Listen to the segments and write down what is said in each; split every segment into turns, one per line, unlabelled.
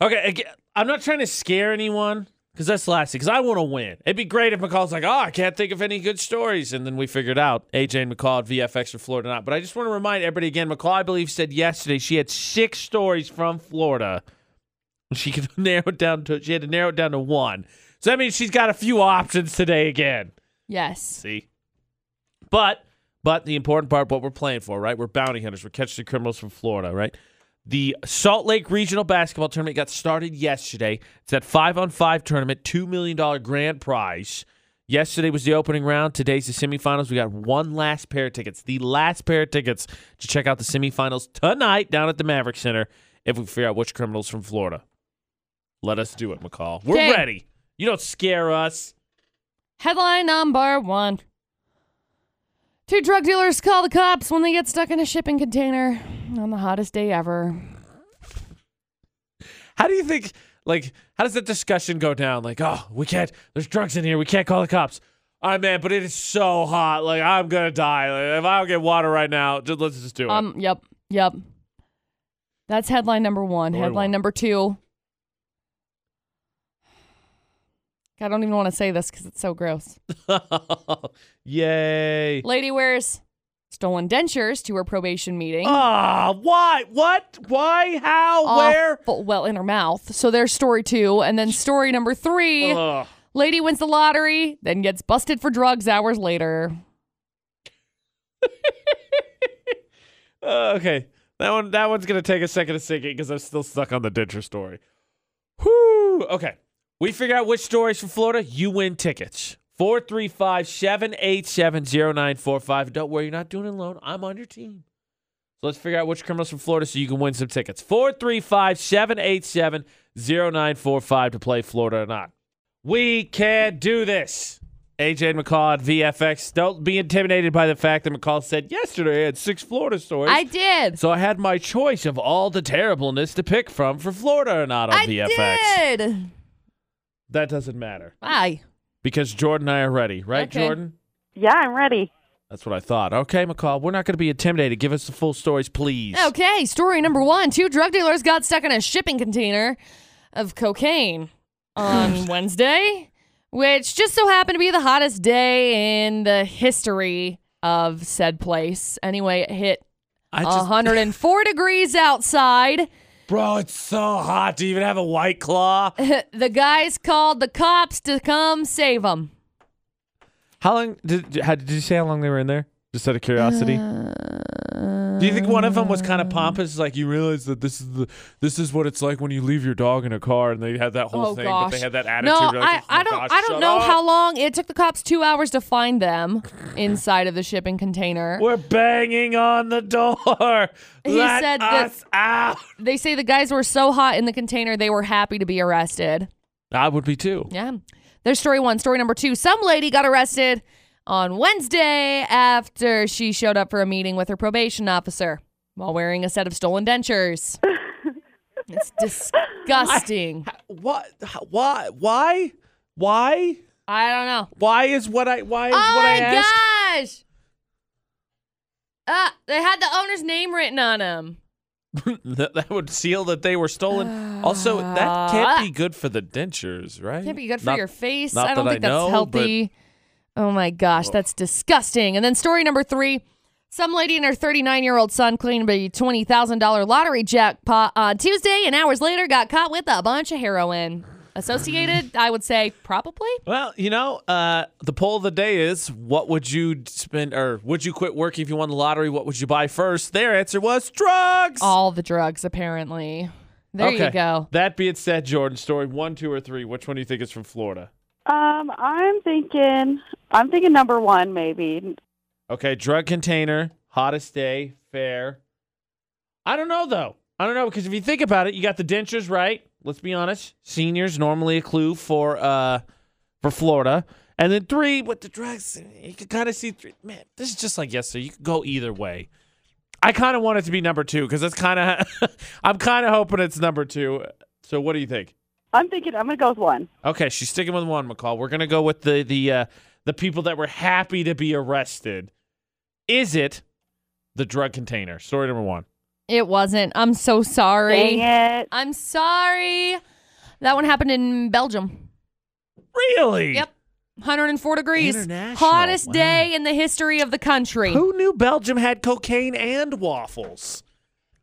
Okay, again, I'm not trying to scare anyone because that's lasting. Because I want to win. It'd be great if McCall's like, "Oh, I can't think of any good stories," and then we figured out AJ and McCall at VFX for Florida not. But I just want to remind everybody again. McCall, I believe, said yesterday she had six stories from Florida. She could narrow it down to she had to narrow it down to one. So that means she's got a few options today again.
Yes.
See. But but the important part, what we're playing for, right? We're bounty hunters. We're catching the criminals from Florida, right? The Salt Lake Regional Basketball Tournament got started yesterday. It's that five on five tournament, two million dollar grand prize. Yesterday was the opening round. Today's the semifinals. We got one last pair of tickets. The last pair of tickets to check out the semifinals tonight down at the Maverick Center. If we figure out which criminals from Florida, let us do it, McCall. We're
Okay.
ready. You don't scare us.
Headline number one. Two drug dealers call the cops when they get stuck in a shipping container on the hottest day ever.
How do you think, like, how does that discussion go down? Like, oh, we can't, there's drugs in here. We can't call the cops. All right, man, but it is so hot. Like, I'm going to die. Like, if I don't get water right now, just, let's just do it.
Um, yep, yep. That's headline number one.
Story
headline
one.
number two. I don't even want to say this because it's so gross.
Yay.
Lady wears stolen dentures to her probation meeting.
Ah, why? What? Why? How?
Oh.
Where?
Awful- well, in her mouth. So there's story two. And then story number three
Ugh.
lady wins the lottery, then gets busted for drugs hours later.
Uh, okay. That one that one's gonna take a second to sink in because I'm still stuck on the denture story. Whoo! Okay. We figure out which stories from Florida, you win tickets. 435-787-0945. Don't worry, you're not doing it alone. I'm on your team. So let's figure out which criminals from Florida so you can win some tickets. 435-787-0945 to play Florida or not. We can do this. AJ and McCall at VFX. Don't be intimidated by the fact that McCall said yesterday I had six Florida stories.
I did.
So I had my choice of all the terribleness to pick from for Florida or not on
I
VFX.
did.
That doesn't matter
Bye.
because Jordan and I are ready, right,
Okay.
Jordan?
Yeah, I'm ready.
That's what I thought. Okay, McCall, we're not going to be intimidated. Give us the full stories, please.
Okay, story number one. Two drug dealers got stuck in a shipping container of cocaine on Wednesday, which just so happened to be the hottest day in the history of said place. Anyway, it hit
I just,
104 degrees outside.
bro, it's so hot to even have a white claw.
the guys called the cops to come save them.
How long did how, did you say how long they were in there? Just out of curiosity.
Uh,
Do you think one of them was kind of pompous, like you realize that this is the this is what it's like when you leave your dog in a car, and they had that whole
oh
thing,
gosh!
but they had that
No,
attitude. like, "Oh my
I, I don't.
gosh,
I don't
shut
know
up."
how long it took the cops two hours to find them inside of the shipping container.
We're banging on the door.
He
Let
said that-
us out.
They say the guys were so hot in the container they were happy to be arrested.
I would be too.
Yeah. There's story one. Story number two. Some lady got arrested on Wednesday after she showed up for a meeting with her probation officer while wearing a set of stolen dentures. it's disgusting.
What? Why? Why? Why?
I, don't know.
Why is what I? Why is
oh
what I
my
asked?
gosh. Uh, they had the owner's name written on them.
that, that would seal that they were stolen. Also, that can't be good for the dentures, right?
Can't be good for
Not-
your face.
not
I don't
that I
think
know,
that's
but-
healthy. Oh my gosh, that's disgusting. And then story number three some lady and her 39 year old son claimed a $20,000 lottery jackpot on Tuesday and hours later got caught with a bunch of heroin. Associated, I would say probably.
Well, you know, uh, the poll of the day is: What would you spend, or would you quit working if you won the lottery? What would you buy first? Their answer was drugs.
All the drugs, apparently. There
Okay.
you go.
That being said, Jordan, story one, two, or three. Which one do you think is from Florida?
Um, I'm thinking, I'm thinking number one maybe.
Okay, drug container, hottest day, fair. I don't know though. I don't know because if you think about it, you got the dentures, right? Let's be honest. Seniors normally a clue for uh for Florida, and then three with the drugs. You can kind of see three. Man, this is just like yesterday. You could go either way. I kind of want it to be number two because that's kind of. I'm kind of hoping it's number two. So what do you think?
I'm thinking I'm gonna go with one.
Okay, she's sticking with one, McCall. We're gonna go with the the uh, the people that were happy to be arrested. Is it the drug container? Story number one.
It wasn't. I'm so sorry.
Dang it.
I'm sorry. That one happened in Belgium.
Really?
Yep. 104 degrees.
International,
Hottest
wow.
day in the history of the country.
Who knew Belgium had cocaine and waffles?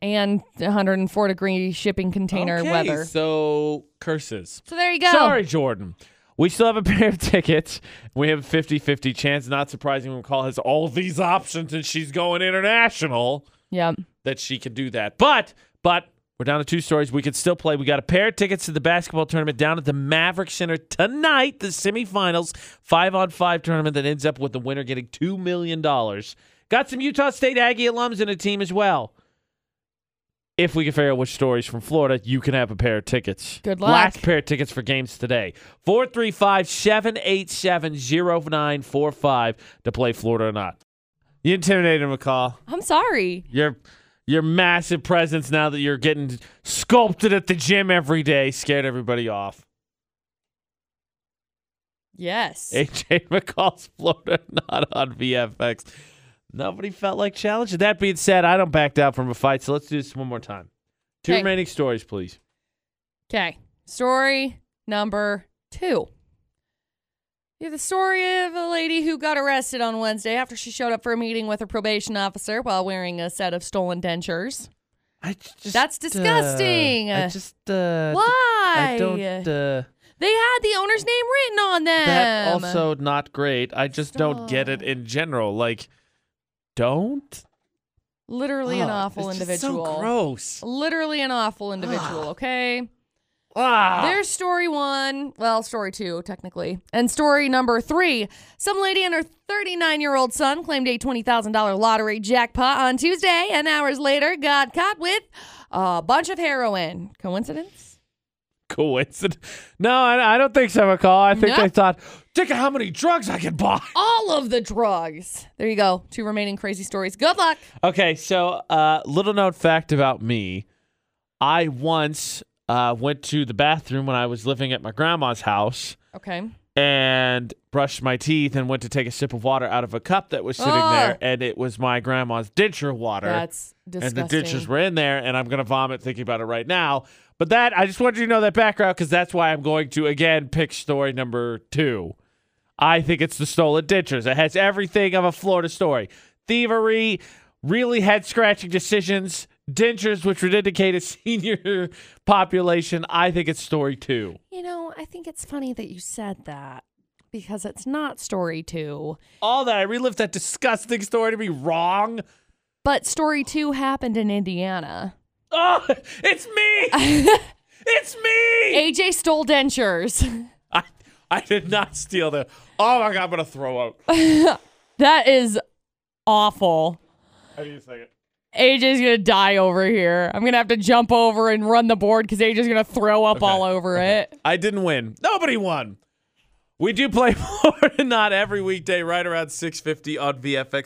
And 104 degree shipping container
okay,
weather.
So curses.
So there you go.
Sorry, Jordan. We still have a pair of tickets. We have a 50 50 chance. Not surprising when McCall has all these options and she's going international
Yep.
that she can do that. But, but we're down to two stories. We could still play. We got a pair of tickets to the basketball tournament down at the Maverick Center tonight, the semifinals, five on five tournament that ends up with the winner getting $2 million. Got some Utah State Aggie alums in a team as well. If we can figure out which stories from Florida, you can have a pair of tickets.
Good luck.
Last pair of tickets for games today. 435 787 0945 to play Florida or not. You intimidated McCall.
I'm sorry.
Your your massive presence now that you're getting sculpted at the gym every day scared everybody off.
Yes.
AJ McCall's Florida not on VFX. Nobody felt like challenging. That being said, I don't back down from a fight, so let's do this one more time. Two
Okay.
remaining stories, please.
Okay. Story number two. Yeah, the story of a lady who got arrested on Wednesday after she showed up for a meeting with her probation officer while wearing a set of stolen dentures.
I just uh,
That's disgusting.
I just uh
Why?
I don't uh,
they had the owner's name written on them.
that also not great. I just don't get it
Stop.
in general. Like don't
literally an awful
Oh, it's just so
individual.
gross.
Literally an awful individual, okay?
Ah.
There's story one, well, story two, technically. And story number three some lady and her 39 year old son claimed a $20,000 lottery jackpot on Tuesday and hours later got caught with a bunch of heroin. Coincidence?
coincidence. No, I, I don't think so, McCall. I think
No?
they thought, think of how many drugs I can buy.
All of the drugs. There you go. Two remaining crazy stories. Good luck.
Okay, so uh, little known fact about me: I once uh, went to the bathroom when I was living at my grandma's house
Okay.
and brushed my teeth and went to take a sip of water out of a cup that was sitting
Oh.
there, and it was my grandma's ditcher water.
That's
and
disgusting.
the ditches were in there, and I'm gonna vomit thinking about it right now. But that I just wanted you to know that background because that's why I'm going to again pick story number two. I think it's the stolen ditchers. It has everything of a Florida story: thievery, really head scratching decisions, dentures, which would indicate a senior population. I think it's story two.
You know, I think it's funny that you said that because it's not story two,
All that I relived that disgusting story to be wrong.
but story two happened in Indiana.
Oh, it's me! it's me!
AJ stole dentures.
I I did not steal them. Oh my god, I'm gonna throw up.
That is awful.
I need a second.
AJ's gonna die over here. I'm gonna have to jump over and run the board because AJ's gonna throw up all over it.
I didn't win. Nobody won. We do play more than not every weekday right around 6:50 on VFX.